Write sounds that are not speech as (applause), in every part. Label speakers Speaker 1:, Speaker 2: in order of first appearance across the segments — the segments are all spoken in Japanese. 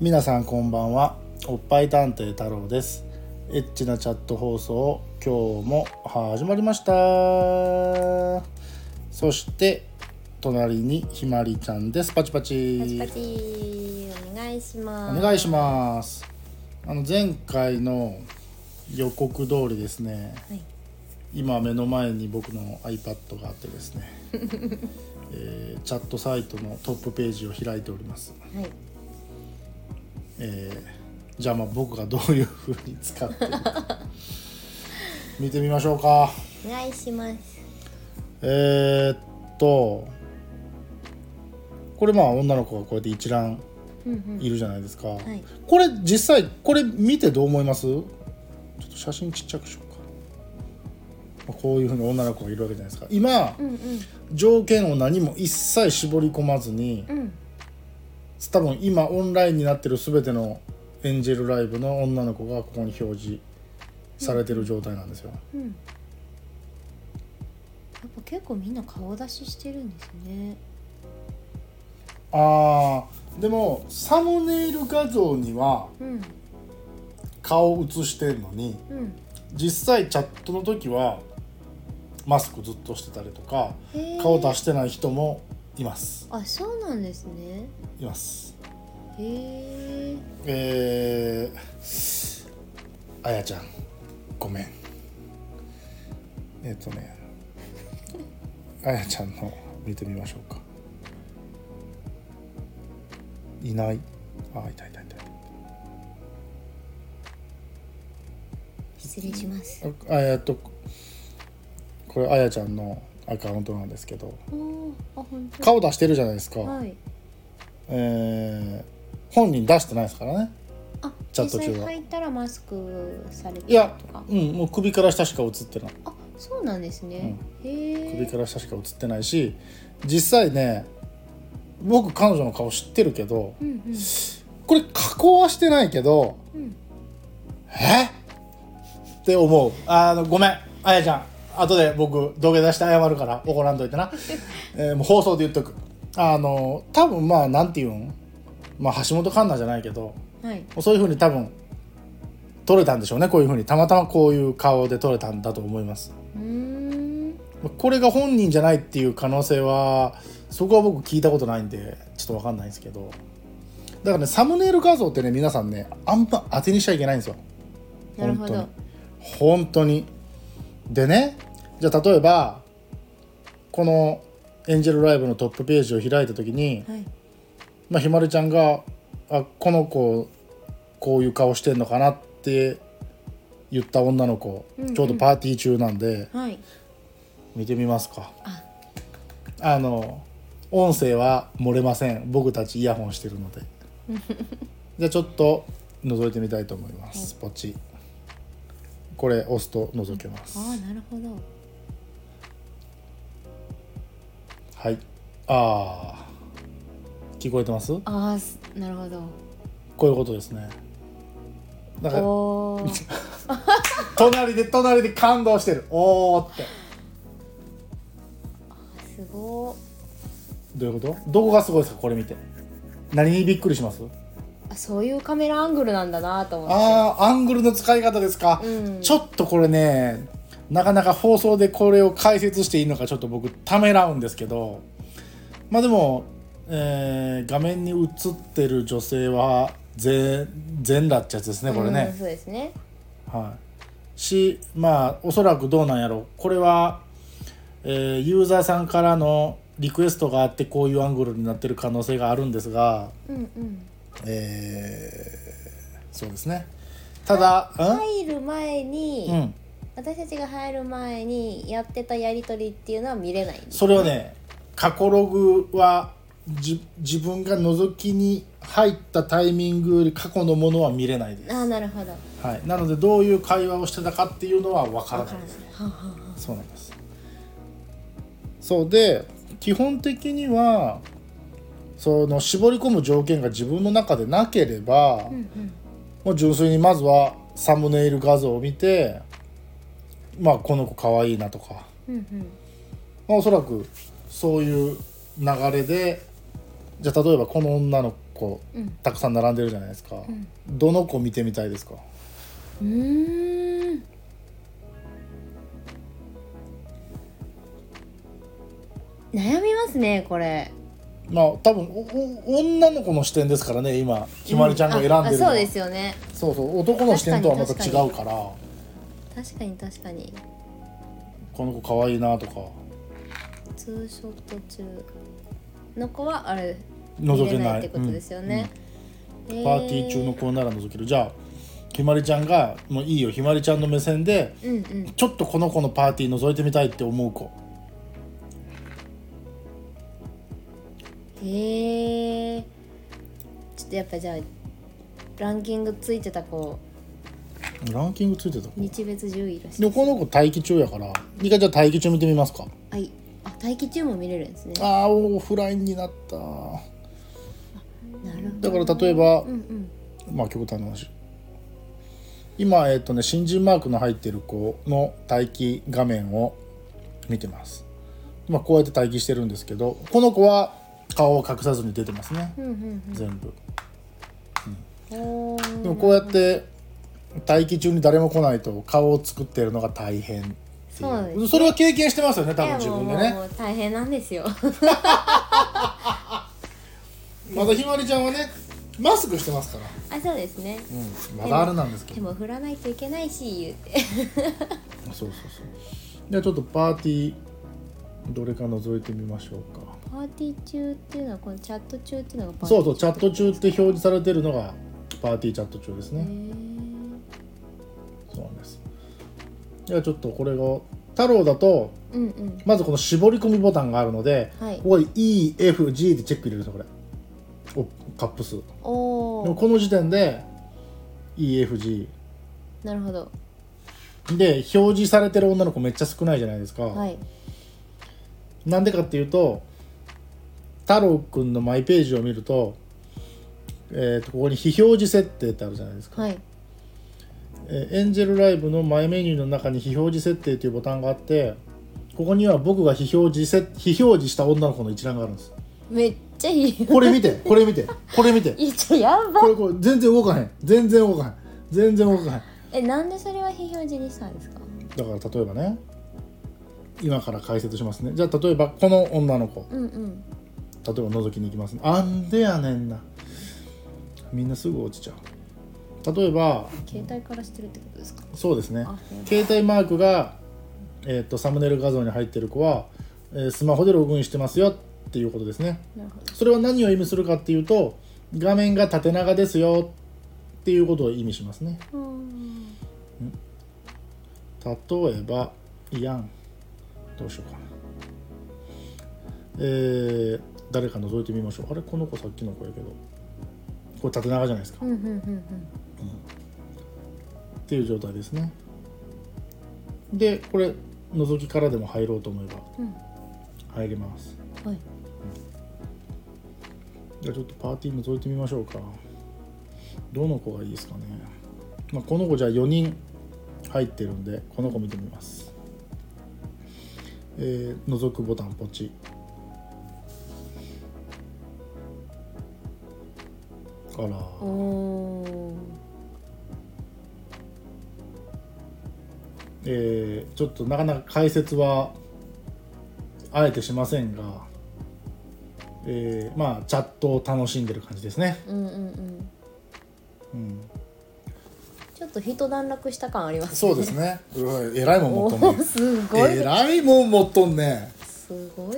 Speaker 1: 皆さんこんばんはおっぱい探偵太郎ですエッチなチャット放送今日も始まりましたそして隣にひまりちゃんですパチパチ
Speaker 2: パチパチお願いします
Speaker 1: お願いしますあの前回の予告通りですね
Speaker 2: す、はい、
Speaker 1: 今目の前に僕の iPad があってです
Speaker 2: (laughs)
Speaker 1: ね、えーチャットサイトのトップページを開いております
Speaker 2: はい、
Speaker 1: えーじゃあまあ僕がどういうふうに使ってるか見てみましょうか
Speaker 2: お願いします
Speaker 1: えー、っとこれまあ女の子がこうやって一覧
Speaker 2: うんうん
Speaker 1: いるじゃないですか、
Speaker 2: い
Speaker 1: これ実際これ見てどう思いますちょっと写真ちっちゃくしようかこういうふうに女の子がいるわけじゃないですか今
Speaker 2: うんうん
Speaker 1: 条件を何も一切絞り込まずに
Speaker 2: うん
Speaker 1: 多分今オンラインになってる全てのエンジェルライブの女の子がここに表示されてる状態なんですよ、
Speaker 2: うんやっぱ結構みんな顔出ししてるんですね
Speaker 1: あーでもサムネイル画像には
Speaker 2: うん
Speaker 1: 顔を写してるのに
Speaker 2: うん
Speaker 1: 実際チャットの時はマスクずっとしてたりとか
Speaker 2: へー
Speaker 1: 顔出してない人もいます
Speaker 2: あそうなんですね
Speaker 1: います
Speaker 2: へえ
Speaker 1: えーあやちゃんごめんえっ、とねあやちゃんの見てみましょうかいないあいたいたい
Speaker 2: 失礼します
Speaker 1: たあえっとこれあやちゃんのアカウントなんですけど
Speaker 2: おーあ本当
Speaker 1: 顔出してるじゃないですか、
Speaker 2: はい
Speaker 1: えー本人出してないですからね
Speaker 2: あ
Speaker 1: チャット
Speaker 2: 実
Speaker 1: 中は
Speaker 2: 際入ったらマスクされて
Speaker 1: いや
Speaker 2: とか
Speaker 1: うんもう首から下しか映ってない
Speaker 2: あそうなんですね、へ
Speaker 1: 首
Speaker 2: え
Speaker 1: から下しか映ってないし実際ね僕彼女の顔知ってるけど
Speaker 2: うんうん
Speaker 1: これ加工はしてないけど
Speaker 2: うん
Speaker 1: えって思うあのごめんあやちゃん後で僕土下座して謝るから怒らんといて
Speaker 2: (laughs)
Speaker 1: な、えーもう放送で言っとくあの多分まあなんていうんまあ橋本環奈じゃないけども
Speaker 2: はい、
Speaker 1: うそういうふうに多分撮れたんでしょうねこういうふうにたまたまこういう顔で撮れたんだと思います
Speaker 2: うーん
Speaker 1: これが本人じゃないっていう可能性はそこは僕聞いたことないんでちょっと分かんないんですけどだからねサムネイル画像ってね皆さんねあんま当てにしちゃいけないんですよ
Speaker 2: なるほ
Speaker 1: 本当
Speaker 2: ど
Speaker 1: に本当にでねじゃあ例えばこのエンジェルライブのトップページを開いた時に、
Speaker 2: はい
Speaker 1: まあ、ひまるちゃんがあこの子こういう顔してんのかなって言った女の子、
Speaker 2: うんうん
Speaker 1: ちょうどパーティー中なんで
Speaker 2: はい
Speaker 1: 見てみますか
Speaker 2: あ
Speaker 1: あの音声は漏れません僕たちイヤホンしてるので
Speaker 2: (laughs)
Speaker 1: じゃあちょっと覗いてみたいと思います、ポチこれ押すと覗けます、
Speaker 2: ああなるほど
Speaker 1: はいあー聞こえてます
Speaker 2: ああすなるほど
Speaker 1: こういうことですねだから
Speaker 2: おー
Speaker 1: 隣で隣で感動してるおーって
Speaker 2: すごー
Speaker 1: どういうことどこがすごいですかこれ見て何にびっくりします
Speaker 2: あそういうカメラアングルなんだなと思って
Speaker 1: あーアングルの使い方ですか、
Speaker 2: うん
Speaker 1: ちょっとこれねなかなか放送でこれを解説していいのかちょっと僕ためらうんですけどまあでも、えー画面に映ってる女性は全全裸ってやつですねこれ
Speaker 2: うん
Speaker 1: ね、
Speaker 2: そうですね
Speaker 1: はい、しまあおそらくどうなんやろうこれは、えーユーザーさんからのリクエストがあってこういうアングルになってる可能性があるんですが
Speaker 2: うんうん
Speaker 1: えーそうですねただ、うん
Speaker 2: 入る前に、
Speaker 1: うん、
Speaker 2: 私たちが入る前にやってたやり取りっていうのは見れないんです
Speaker 1: それはね過去ログはじ自分が覗きに入ったタイミングより過去のものは見れないです、
Speaker 2: ああなるほど
Speaker 1: はい、なのでどういう会話をしてたかっていうのは分から
Speaker 2: わ
Speaker 1: な
Speaker 2: か
Speaker 1: い
Speaker 2: らな
Speaker 1: で
Speaker 2: い
Speaker 1: す
Speaker 2: はあはあはあ
Speaker 1: そうなんですそうで基本的にはその絞り込む条件が自分の中でなければ、
Speaker 2: うんうん
Speaker 1: もう純粋にまずはサムネイル画像を見てまあこの子かわいいなとか、
Speaker 2: うんうん
Speaker 1: まあ、おそらくそういう流れでじゃあ例えばこの女のこう、
Speaker 2: うん
Speaker 1: たくさん並んでるじゃないですか、
Speaker 2: ん
Speaker 1: どの子見てみたいですか
Speaker 2: うーん悩みますねこれ
Speaker 1: まあ多分おお女の子の視点ですからね今ひまりちゃんが選んでるのは
Speaker 2: ああそうですよね
Speaker 1: そうそう男の視点とはまた違うから
Speaker 2: 確かに確かに
Speaker 1: この子可愛いなとか
Speaker 2: ツーショット中の子はあれ
Speaker 1: 覗
Speaker 2: 見
Speaker 1: け
Speaker 2: れ
Speaker 1: ない
Speaker 2: ってことですよね、え
Speaker 1: うんパーティー中の子なら覗けるじゃあひまりちゃんがもういいよひまりちゃんの目線で
Speaker 2: うんうん
Speaker 1: ちょっとこの子のパーティー覗いてみたいって思う子
Speaker 2: へえちょっとやっぱじゃあランキングついてた子
Speaker 1: ランキングついてた子
Speaker 2: 日別10位らしい
Speaker 1: でこの子待機中やから一回じゃあ待機中見てみますか
Speaker 2: はいあ待機中も見れるんですね
Speaker 1: あーオフラインになった
Speaker 2: なるほど
Speaker 1: だから例えば
Speaker 2: うんうん
Speaker 1: まあ極端な話今えっ、とね新人マークの入ってる子の待機画面を見てますまあこうやって待機してるんですけどこの子は顔を隠さずに出てますね
Speaker 2: うんうん
Speaker 1: 全部
Speaker 2: うんおー
Speaker 1: でもこうやって待機中に誰も来ないと顔を作ってるのが大変ってい
Speaker 2: そうです
Speaker 1: うそれは経験してますよね多
Speaker 2: い
Speaker 1: 分
Speaker 2: や
Speaker 1: 自
Speaker 2: もう
Speaker 1: 分で
Speaker 2: もう
Speaker 1: ね
Speaker 2: もう大変なんですよ (laughs)
Speaker 1: まだひまりちゃんはねマスクしてますから、
Speaker 2: あそうですね
Speaker 1: うん、まだあれなんですけ
Speaker 2: で
Speaker 1: ど
Speaker 2: も振らないといけないし言うて
Speaker 1: そうそうそうじゃあちょっとパーティーどれか覗いてみましょうか
Speaker 2: パーティー中っていうのはこのチャット中っていうのがパーティー
Speaker 1: そうそうチャット中って表示されてるのがパーティーチャット中です
Speaker 2: へ
Speaker 1: ね、
Speaker 2: ー
Speaker 1: そうなんですじゃあちょっとこれが太郎だと
Speaker 2: うんうん
Speaker 1: まずこの絞り込みボタンがあるので、
Speaker 2: はい
Speaker 1: ここに EFG でチェック入れるんですよこれおカップ数で
Speaker 2: お
Speaker 1: も
Speaker 2: お
Speaker 1: この時点で EFG
Speaker 2: なるほど
Speaker 1: で表示されてる女の子めっちゃ少ないじゃないですか、
Speaker 2: はい
Speaker 1: なんでかっていうと太郎くんのマイページを見ると,、えーとここに非表示設定ってあるじゃないですか、
Speaker 2: はい
Speaker 1: えーエンジェルライブのマイメニューの中に非表示設定というボタンがあってここには僕が非表示せ非表示した女の子の一覧があるんです
Speaker 2: めっちゃいい
Speaker 1: これ見てこれ見てこれ見て
Speaker 2: いやちょやば
Speaker 1: これこれ全然動かへん全然動かへん全然動かへん
Speaker 2: えなんでそれは非表示にしたんですか
Speaker 1: だから例えばね今から解説しますねじゃあ例えばこの女の子
Speaker 2: うんうん
Speaker 1: 例えば覗きに行きますねあんでやねんなみんなすぐ落ちちゃう例えば
Speaker 2: 携帯からしてるってことですか
Speaker 1: そうですね
Speaker 2: あ
Speaker 1: 携帯マークが、えー、とサムネイル画像に入ってる子は、えースマホでログインしてますよっていうことですね
Speaker 2: なるほど
Speaker 1: それは何を意味するかっていうと画面が縦長ですよっていうことを意味しますね
Speaker 2: うーん
Speaker 1: 例えばいやんどうしようかなえー、誰か覗いてみましょうあれこの子さっきの子やけどこれ縦長じゃないですか
Speaker 2: うんうんうん
Speaker 1: っていう状態ですねでこれ覗きからでも入ろうと思えば
Speaker 2: うんうん
Speaker 1: 入れます
Speaker 2: はい
Speaker 1: じゃあちょっとパーティー覗いてみましょうかどの子がいいですかね、まあ、この子じゃあ4人入ってるんでこの子見てみますえー、覗くボタンポチあ
Speaker 2: お
Speaker 1: ら
Speaker 2: お
Speaker 1: えー、ちょっとなかなか解説はあえてしませんがえー、まあチャットを楽しんでる感じですね
Speaker 2: うんうんうん
Speaker 1: うん
Speaker 2: ちょっと一段落した感あります
Speaker 1: そうですね。えらいもん持
Speaker 2: お
Speaker 1: っとん (laughs) ね
Speaker 2: お。すごい
Speaker 1: えらいもん持っとんね。
Speaker 2: すごい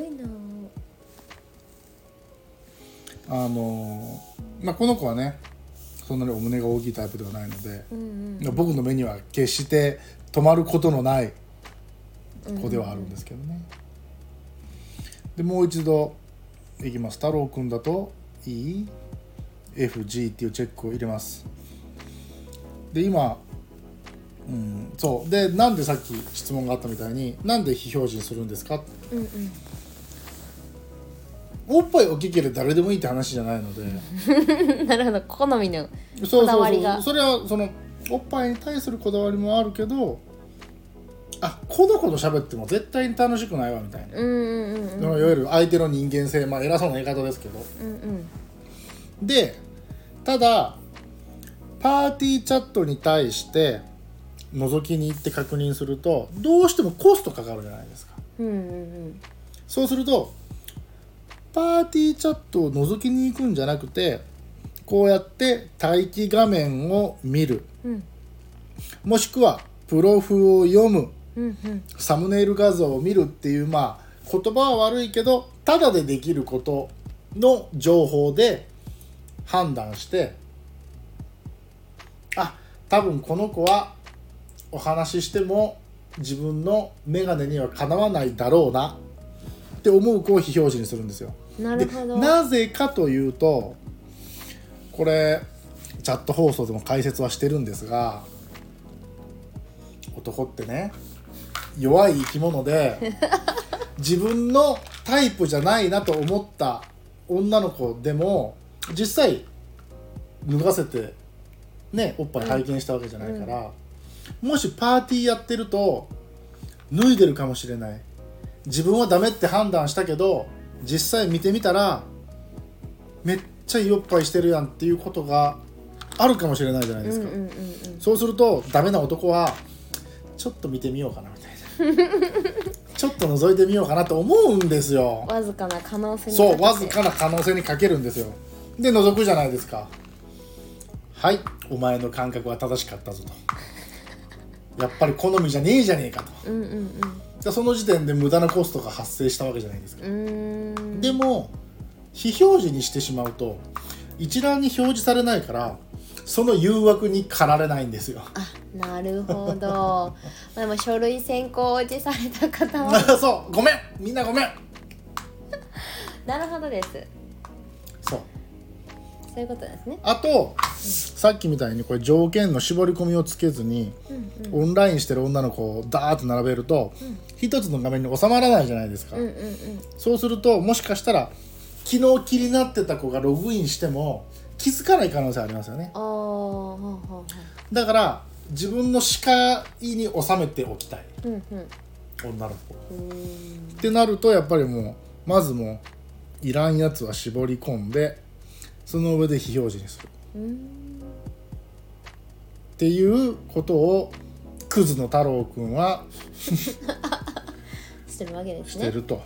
Speaker 2: な
Speaker 1: あのーまあこの子はね、そんなにお胸が大きいタイプではないので、
Speaker 2: うんうん
Speaker 1: 僕の目には決して止まることのない子ではあるんですけどね。でもう一度いきます。太郎くんだと E、F、G っていうチェックを入れます。で今。うん、そうでなんでさっき質問があったみたいになんで非表示にするんですか
Speaker 2: うんうん
Speaker 1: おっぱい大きければ誰でもいいって話じゃないので
Speaker 2: なるほど好みの
Speaker 1: そうそう
Speaker 2: こだわ
Speaker 1: そ
Speaker 2: り
Speaker 1: う
Speaker 2: が
Speaker 1: それはそのおっぱいに対するこだわりもあるけどあこの子と喋っても絶対に楽しくないわみたいな、
Speaker 2: うんうんうん
Speaker 1: いわゆる相手の人間性まあ偉そうな言い方ですけど
Speaker 2: うんうん
Speaker 1: でただパーティーチャットに対して覗きに行って確認するとどうしてもコストかかるじゃないですか
Speaker 2: うんうん
Speaker 1: そうするとパーティーチャットを覗きに行くんじゃなくてこうやって待機画面を見る
Speaker 2: うんうん
Speaker 1: もしくはプロフを読む
Speaker 2: うんうん
Speaker 1: サムネイル画像を見るっていうまあ言葉は悪いけどただでできることの情報で判断してあ多分この子はお話ししても自分の眼鏡にはかなわないだろうなって思う子を非表示にするんですよ。
Speaker 2: な
Speaker 1: で
Speaker 2: るほど
Speaker 1: なぜかというとこれチャット放送でも解説はしてるんですが男ってね弱い生き物
Speaker 2: (laughs)
Speaker 1: で自分のタイプじゃないなと思った女の子でも実際脱がせてねおっぱい拝見したわけじゃないから、もしパーティーやってると脱いでるかもしれない自分はダメって判断したけど実際見てみたらめっちゃいいおっぱいしてるやんっていうことがあるかもしれないじゃないで
Speaker 2: うん
Speaker 1: す
Speaker 2: うん
Speaker 1: か、
Speaker 2: うんうん
Speaker 1: そうするとダメな男はちょっと見てみようかなみたいなちょっと覗いてみようかなと思うんですよ
Speaker 2: わずかな可能性に
Speaker 1: そう
Speaker 2: か
Speaker 1: わ
Speaker 2: けて
Speaker 1: ずかな可能性にかけるんですよで覗くじゃないですかはいお前の感覚は正しかったぞと (laughs) やっぱり好みじゃねえじゃねえかと
Speaker 2: うんうんうん
Speaker 1: でその時点で無駄なコストが発生したわけじゃないですか
Speaker 2: うーん
Speaker 1: でも非表示にしてしまうと一覧に表示されないからその誘惑に駆られないんですよ
Speaker 2: あなるほど (laughs) まあでも書類選考落ちされた方
Speaker 1: (laughs)
Speaker 2: は
Speaker 1: そうごめんみんなごめん
Speaker 2: なるほどです
Speaker 1: そう
Speaker 2: そういうことですね
Speaker 1: あとさっきみたいにこれ条件の絞り込みをつけずに
Speaker 2: うんうん
Speaker 1: オンラインしてる女の子をダーッと並べると
Speaker 2: うん
Speaker 1: 一つの画面に収まらないじゃないですか、
Speaker 2: うんうんうん
Speaker 1: そうするともしかしたら昨日気になってた子がログインしても気づかない可能性ありますよね
Speaker 2: あーほうほうほ
Speaker 1: だから自分の視界に収めておきたいう
Speaker 2: うんうん
Speaker 1: 女の子
Speaker 2: うーん
Speaker 1: ってなるとやっぱりもうまずもういらんやつは絞り込んでその上で非表示にする
Speaker 2: うーん
Speaker 1: っていうことをクズの太郎くんは
Speaker 2: してるわけです
Speaker 1: し
Speaker 2: ね
Speaker 1: てると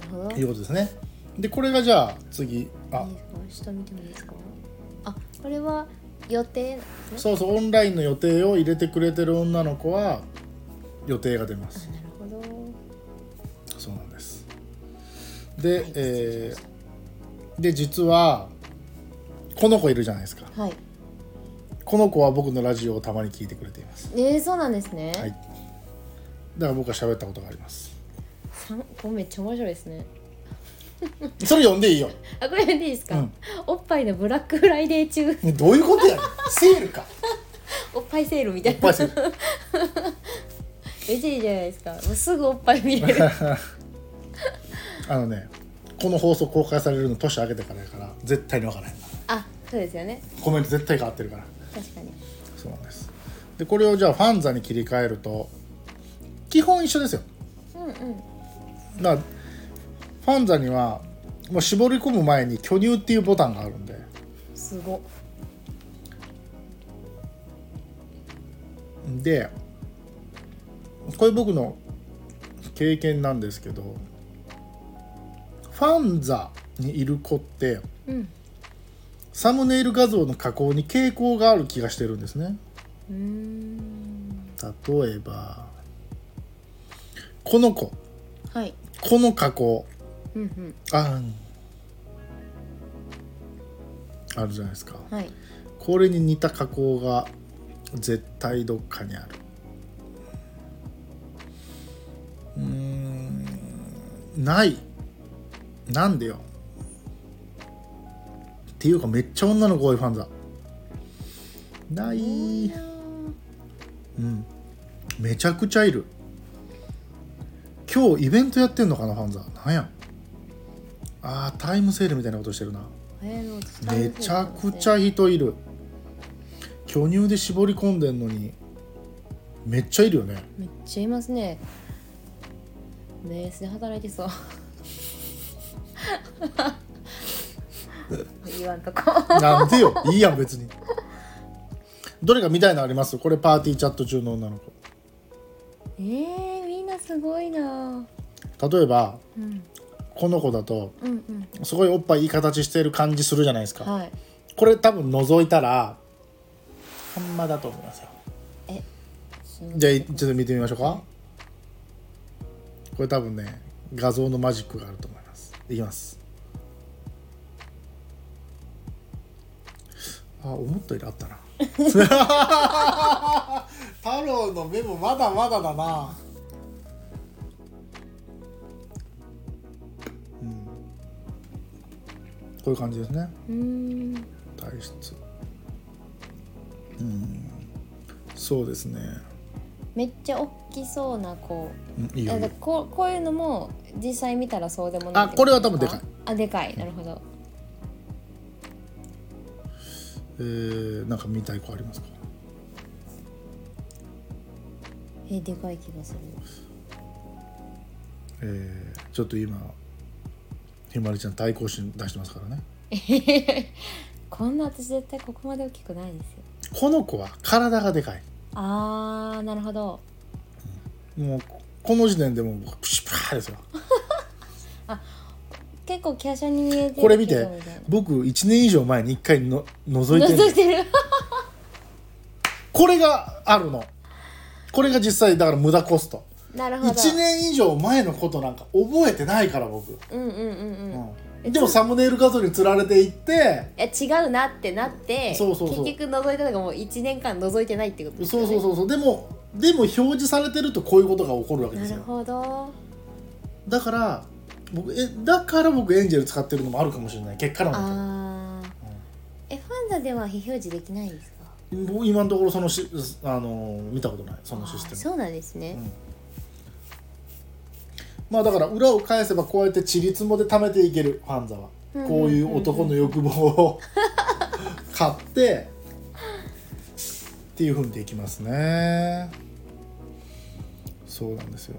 Speaker 2: なるほど
Speaker 1: いうことですね。でこれがじゃあ次あ
Speaker 2: いいですか下見てもいいですかあこれは予定ですね
Speaker 1: そうそうオンラインの予定を入れてくれてる女の子は予定が出ま
Speaker 2: あ
Speaker 1: す。
Speaker 2: なるほど
Speaker 1: そうなんです。で、えーで実はこの子いるじゃないですか。
Speaker 2: はい
Speaker 1: この子は僕のラジオをたまに聞いてくれています。
Speaker 2: えー、そうなんですね、
Speaker 1: はい。だから僕は喋ったことがあります。
Speaker 2: さんこれめっちゃ面白いですね
Speaker 1: それ読んでいいよ。
Speaker 2: あこれでいいですか、
Speaker 1: うん
Speaker 2: おっぱいのブラックフライデー中
Speaker 1: ねどういうことやねん。セールか。
Speaker 2: おっぱいセールみた
Speaker 1: お
Speaker 2: い
Speaker 1: っぱ
Speaker 2: ない
Speaker 1: セール。
Speaker 2: めっちゃいいじゃないですかもうすぐおっぱい見れる
Speaker 1: あのね、この放送公開されるの年明けてからやから絶対にわからない。
Speaker 2: あそうですよね
Speaker 1: コメント絶対変わってるから。
Speaker 2: 確かに
Speaker 1: そうなんです。でこれをじゃあファンザに切り替えると基本一緒ですよ。
Speaker 2: うんうん
Speaker 1: だからファンザにはもう絞り込む前に巨乳っていうボタンがあるんで。
Speaker 2: すご
Speaker 1: でこれ僕の経験なんですけどファンザにいる子って
Speaker 2: うん
Speaker 1: サムネイル画像の加工に傾向がある気がしてるんですね
Speaker 2: うーん
Speaker 1: 例えばこの子
Speaker 2: はい
Speaker 1: この加工
Speaker 2: うんうん
Speaker 1: あんあるじゃないですか
Speaker 2: はい
Speaker 1: これに似た加工が絶対どっかにあるうーんないなんでよっていうかめっちゃ女の子多いファンだないうんめちゃくちゃいる今日イベントやってんのかなファンザなんやあータイムセールみたいなことしてるな
Speaker 2: えーでも
Speaker 1: めちゃくちゃ人いる巨乳で絞り込んでんのにめっちゃいるよね
Speaker 2: めっちゃいますねベースで働いてそう (laughs) 言わんとこ
Speaker 1: なんでよいいやん別にどれか見たいのありますこれパーティーチャット中の女の子
Speaker 2: えー、みんなすごいな、
Speaker 1: 例えば
Speaker 2: うん、
Speaker 1: この子だと
Speaker 2: うんうん
Speaker 1: すごいおっぱいいい形してる感じするじゃないですか、
Speaker 2: はい
Speaker 1: これ多分覗いたらほんまだと思いますよじゃあいちょっと見てみましょうかこれ多分ね画像のマジックがあると思いますいきますあ思ったよりあったな太郎の目もまだまだだなうんこういう感じですね
Speaker 2: うーん
Speaker 1: 体質うんそうですね、
Speaker 2: めっちゃ大きそうな子
Speaker 1: うん、いいよ
Speaker 2: あ
Speaker 1: いい
Speaker 2: だ
Speaker 1: よ
Speaker 2: こうこういうのも実際見たらそうでもない
Speaker 1: あこれは多分でかい
Speaker 2: あでかいなるほど
Speaker 1: えー、なんか見たい子ありますか
Speaker 2: えでかい気がする
Speaker 1: えー、ちょっと今ひまりちゃん対抗心出してますからね
Speaker 2: こんな私絶対ここまで大きくないですよ
Speaker 1: この子は体がでかい
Speaker 2: あーなるほど
Speaker 1: もうこの時点でもう僕プシュプラーですよ
Speaker 2: 結構華奢に見えてる
Speaker 1: これ見
Speaker 2: け
Speaker 1: て
Speaker 2: どみたいな
Speaker 1: 僕1年以上前に1回の覗いて
Speaker 2: 覗い (laughs)
Speaker 1: る
Speaker 2: てる
Speaker 1: これがあるのこれが実際だから無駄コスト
Speaker 2: なるほど
Speaker 1: 1年以上前のことなんか覚えてないから僕、
Speaker 2: うんうんうんうん
Speaker 1: うん、でもサムネイル画像につられていって
Speaker 2: いや違うなってなって
Speaker 1: そうそうそう
Speaker 2: 結局覗いたのがもう1年間覗いてないってことです
Speaker 1: そ
Speaker 2: よ
Speaker 1: う
Speaker 2: ね
Speaker 1: そうそうそうでもでも表示されてるとこういうことが起こるわけで
Speaker 2: な
Speaker 1: す
Speaker 2: る
Speaker 1: よ
Speaker 2: ほど
Speaker 1: だから僕えだから僕エンジェル使ってるのもあるかもしれない結果論だ
Speaker 2: あーえファンザでは非表示できないんですか
Speaker 1: と僕今のところそのしあの見たことないそのシス
Speaker 2: あー
Speaker 1: テム
Speaker 2: そうなんですね、
Speaker 1: うんまあだから裏を返せばこうやってちりつもで貯めていけるファンザは
Speaker 2: うんうん
Speaker 1: こういう男の欲望を (laughs) 買ってっていうふうにできますねそうなんですよ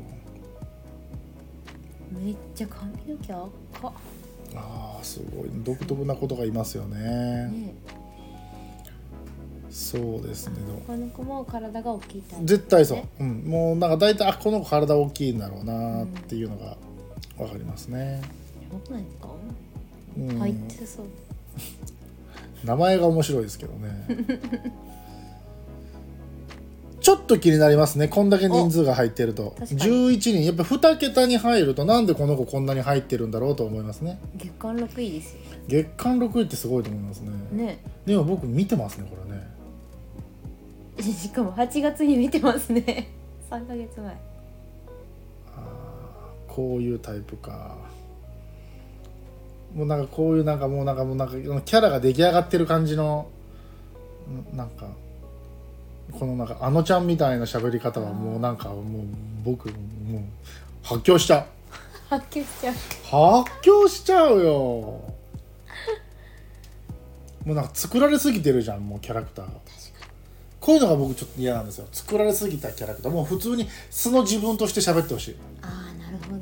Speaker 2: めっちゃ髪の毛赤っ
Speaker 1: ああすごい独特なことがいますよね
Speaker 2: ね
Speaker 1: そうですね
Speaker 2: この子も体が大きいタイプ
Speaker 1: 絶対そう、うん、もうなんか大体あこの子体大きいんだろうなっていうのが分かりますね、
Speaker 2: やばくないですか
Speaker 1: うん
Speaker 2: 入ってそう
Speaker 1: 名前が面白いですけどね (laughs) ちょっと気になりますねこんだけ人数が入ってると
Speaker 2: 確かに
Speaker 1: 11人やっぱ2桁に入るとなんでこの子こんなに入ってるんだろうと思いますね
Speaker 2: 月間6位ですよ
Speaker 1: 月間6位ってすごいと思いますね
Speaker 2: ね
Speaker 1: でも僕見てますねこれね
Speaker 2: (laughs) しかも8月に見てますね3 (laughs) ヶ月前
Speaker 1: こういうタイプかもうなんかこういうなんかもうなんかもうなんかキャラが出来上がってる感じのんなんかこのなんかあのちゃんみたいな喋り方はもうなんかもう僕もう発狂しちゃ
Speaker 2: 発見しちゃう
Speaker 1: う発狂しちゃうよもうなんか作られすぎてるじゃんもうキャラクターがこういうのが僕ちょっと嫌なんですよ作られすぎたキャラクターもう普通に素の自分として喋ってほしい
Speaker 2: ああなるほ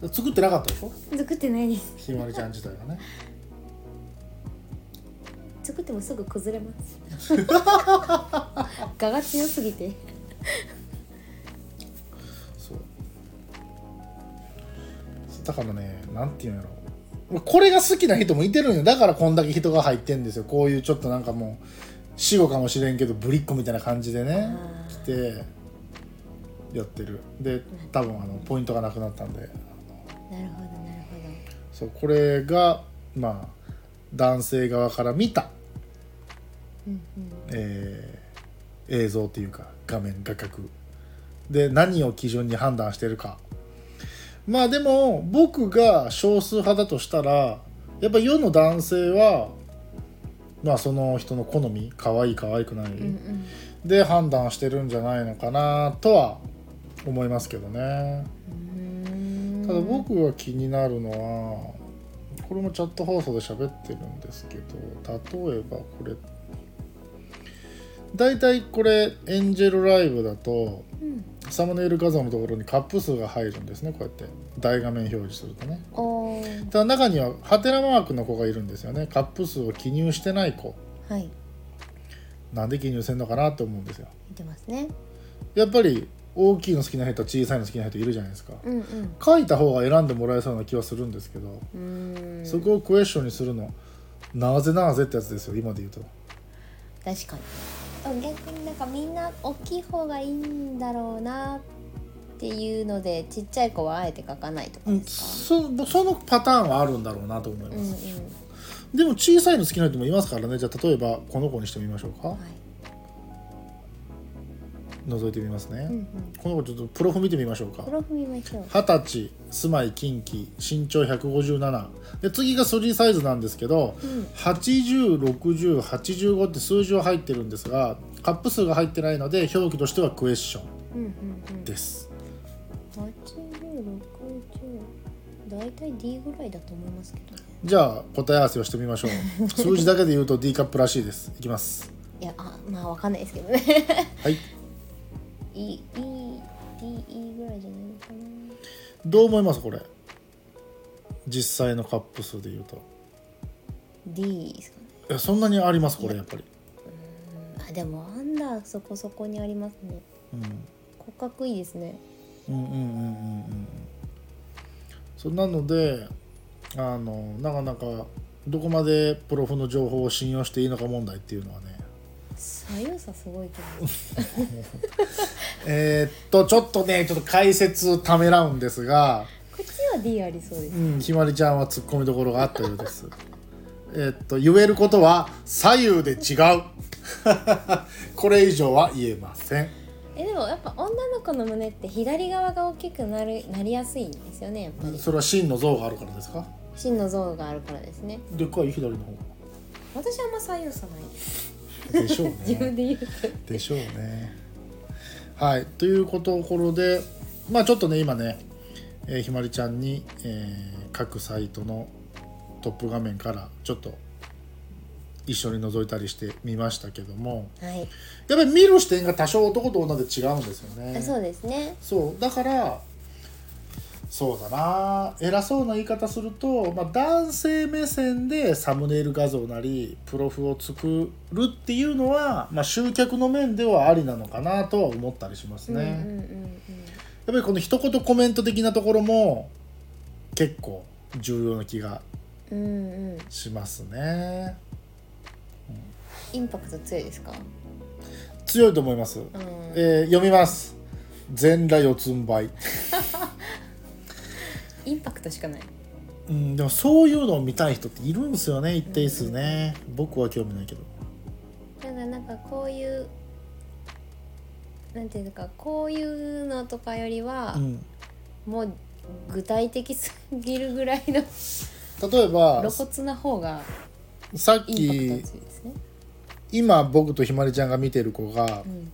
Speaker 2: ど
Speaker 1: 作ってなかったでしょ
Speaker 2: 作ってないです
Speaker 1: ひまりちゃん自体がね
Speaker 2: 作ってもすぐ崩れます (laughs) 我が強すぎて
Speaker 1: そうだからねなんていうんやろこれが好きな人もいてるんよだからこんだけ人が入ってんですよこういうちょっとなんかもう死後かもしれんけどぶりっ子みたいな感じでね
Speaker 2: あー
Speaker 1: 来てやってるで多分あのポイントがなくなったんで
Speaker 2: なるほどなるほ
Speaker 1: そうこれがまあ男性側から見た、
Speaker 2: どうんうん
Speaker 1: えー映像っていうか画面画角で何を基準に判断してるかまあでも僕が少数派だとしたらやっぱ世の男性はまあその人の好み可愛い可愛くない、
Speaker 2: うんうん
Speaker 1: で判断してるんじゃないのかなとは思いますけどね
Speaker 2: うーん
Speaker 1: ただ僕が気になるのはこれもチャット放送で喋ってるんですけど例えばこれだいたいこれエンジェルライブだと
Speaker 2: うん
Speaker 1: サムネイル画像のところにカップ数が入るんですねこうやって大画面表示するとね
Speaker 2: おー
Speaker 1: ただ中にはハテナマークの子がいるんですよねカップ数を記入してない子
Speaker 2: はい
Speaker 1: なんで記入せんのかなって思うんですよ
Speaker 2: 見てますね
Speaker 1: やっぱり大きいの好きな人と小さいの好きな人いるじゃないですか
Speaker 2: うんうん
Speaker 1: 書いた方が選んでもらえそうな気はするんですけど、
Speaker 2: うーん
Speaker 1: そこをクエスチョンにするのなぜなぜってやつですよ今で言うと
Speaker 2: 確かにでも逆になんかみんな大きい方がいいんだろうなっていうのでちっちゃい子はあえて書かないとか
Speaker 1: うん
Speaker 2: ですか、
Speaker 1: そそのパターンはあるんだろうなと思い
Speaker 2: うん、う
Speaker 1: ま
Speaker 2: ん
Speaker 1: す、でも小さいの好きな人もいますからねじゃあ例えばこの子にしてみましょうか、
Speaker 2: はい
Speaker 1: 覗いてみますね、
Speaker 2: うんうん
Speaker 1: この子ちょっとプロフ見てみましょうか
Speaker 2: プロフ見ましょう
Speaker 1: 二十歳住まい近畿身長157で次がスリーサイズなんですけど、
Speaker 2: うん
Speaker 1: 806085って数字は入ってるんですがカップ数が入ってないので表記としてはクエスチョン
Speaker 2: うんうんうん
Speaker 1: です
Speaker 2: 80、60大体 D ぐらいだと思いますけどね
Speaker 1: じゃあ答え合わせをしてみましょう数字だけで言うと D カップらしいですいきます
Speaker 2: いやあまあわかんないですけどね
Speaker 1: はい
Speaker 2: (laughs) いい DE ぐらいじゃないのかな
Speaker 1: どう思いますこれ実際のカップ数で言うと
Speaker 2: D ですかね
Speaker 1: えそんなにありますこれやっぱり、
Speaker 2: あでもアンダーそこそこにありますね
Speaker 1: うん、
Speaker 2: 骨格いいですね
Speaker 1: うんうんうんうんうんそうなのであのなかなかどこまでプロフの情報を信用していいのか問題っていうのはね
Speaker 2: 左右差すごいけど
Speaker 1: えーっとちょっとねちょっと解説ためらうんですが、
Speaker 2: こっちは D ありそうです
Speaker 1: うん、ひまりちゃんはツッコミどころがあったようです (laughs) えーっと言えることは左右で違う (laughs) これ以上は言えません
Speaker 2: えでもやっぱ女の子の胸って左側が大きくなるなりやすいんですよねやっぱり
Speaker 1: それは真の像があるからですか
Speaker 2: 真の像があるからですね
Speaker 1: でっかい左の方
Speaker 2: 私はあんま左右差ないです
Speaker 1: でしょうね
Speaker 2: (laughs) 自分で言うと
Speaker 1: でしょうね。はいということころでまあちょっとね今ね、えーひまりちゃんに、えー各サイトのトップ画面からちょっと一緒に覗いたりしてみましたけども
Speaker 2: はい、
Speaker 1: やっぱり見る視点が多少男と女で違うんですよね。
Speaker 2: そうですね
Speaker 1: そうだからそうだな偉そうな言い方すると、まあ、男性目線でサムネイル画像なりプロフを作るっていうのは、まあ、集客の面ではありなのかなとは思ったりしますね、
Speaker 2: うん
Speaker 1: やっ
Speaker 2: うんうんうん
Speaker 1: ぱりこの一言コメント的なところも結構重要な気が
Speaker 2: うんうん、
Speaker 1: しますね
Speaker 2: インパクト強いですか。
Speaker 1: 強いと思います、
Speaker 2: うん、
Speaker 1: えー読みます全裸四つん這い
Speaker 2: インパクトしかない。
Speaker 1: うん、でもそういうのを見たい人っているんですよね一定数ね、僕は興味ないけど
Speaker 2: なんか、なんか、こういう。なんていうか、こういうのとかよりは、
Speaker 1: うん
Speaker 2: もう具体的すぎるぐらいの
Speaker 1: 例えば
Speaker 2: 露骨な方が
Speaker 1: さっ
Speaker 2: インパ
Speaker 1: き
Speaker 2: クト強いですね。
Speaker 1: 今僕とひまりちゃんが見てる子が
Speaker 2: うん、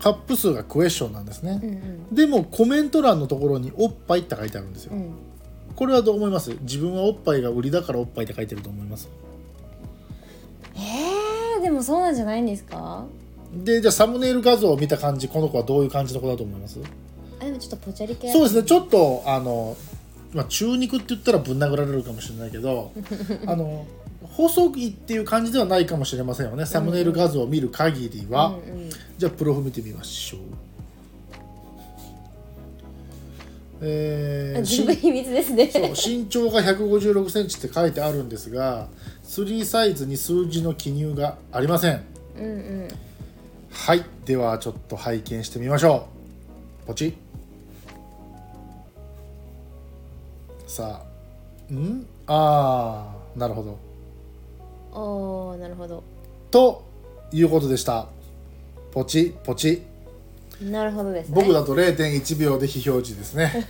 Speaker 1: カップ数がクエスチョンなんです
Speaker 2: う
Speaker 1: ね、
Speaker 2: ん、
Speaker 1: でもコメント欄のところに「おっぱい」って書いてあるんですよ、
Speaker 2: うん、うん。
Speaker 1: これはどう思います自分はおっぱいが売りだからおっぱいって書いてると思います
Speaker 2: ええでも、そうなんじゃないんですか。
Speaker 1: でじゃあサムネイル画像を見た感じこの子はどういう感じの子だと思います
Speaker 2: あ、でも、ちょっとぽちゃり系。
Speaker 1: そうですねちょっとあの、まあ、中肉って言ったらぶん殴られるかもしれないけ
Speaker 2: (laughs)
Speaker 1: どあの細いっていう感じではないかもしれませんよねサムネイル画像を見る限りは、
Speaker 2: うん、うん。
Speaker 1: じゃあプロフ見てみましょうえ
Speaker 2: あ
Speaker 1: ー、
Speaker 2: 全部秘密ですね。
Speaker 1: そう身長が1 5 6センチって書いてあるんですが3サイズに数字の記入がありません
Speaker 2: うん、うん。
Speaker 1: はいではちょっと拝見してみましょうポチさあんああなるほど
Speaker 2: おお、なるほど。
Speaker 1: ということでしたポチポチ
Speaker 2: なるほどです、ね。
Speaker 1: 僕だと0.1秒で非表示ですね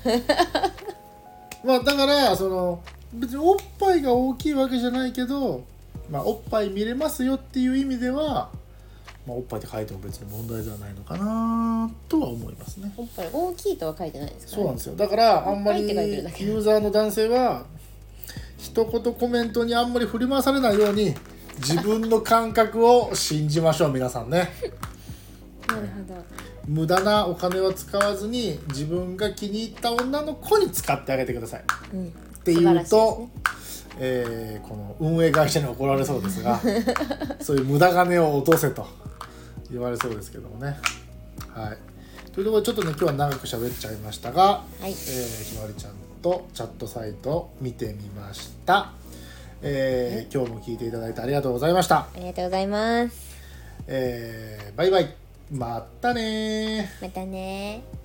Speaker 1: まあだからその別におっぱいが大きいわけじゃないけど、まあ、おっぱい見れますよっていう意味では、まあ、おっぱいって書いても別に問題ではないのかなとは思いますね
Speaker 2: おっぱい大きいとは書いてないですか
Speaker 1: そう
Speaker 2: ら
Speaker 1: な
Speaker 2: ね
Speaker 1: んですよだからあんまり
Speaker 2: おっ
Speaker 1: ユ
Speaker 2: ぱいって書いてるだけ
Speaker 1: ーザーの男性は一言コメントにあんまり振り回されないように自分の感覚を信じましょう皆さんね
Speaker 2: なるほど
Speaker 1: 無駄なお金は使わずに自分が気に入った女の子に使ってあげてくださいっ
Speaker 2: うん、って
Speaker 1: いうと、えーこの運営会社に怒られそうですがそういう無駄金を落とせと言われそうですけどもね。はい、というところでちょっとね今日は長く喋っちゃいましたが、
Speaker 2: はい
Speaker 1: えーひまわりちゃんとチャットサイトを見てみました。えー今日も聞いていただいてありがとうございました。
Speaker 2: ありがとうございます
Speaker 1: えーバイバイまたねー
Speaker 2: またねー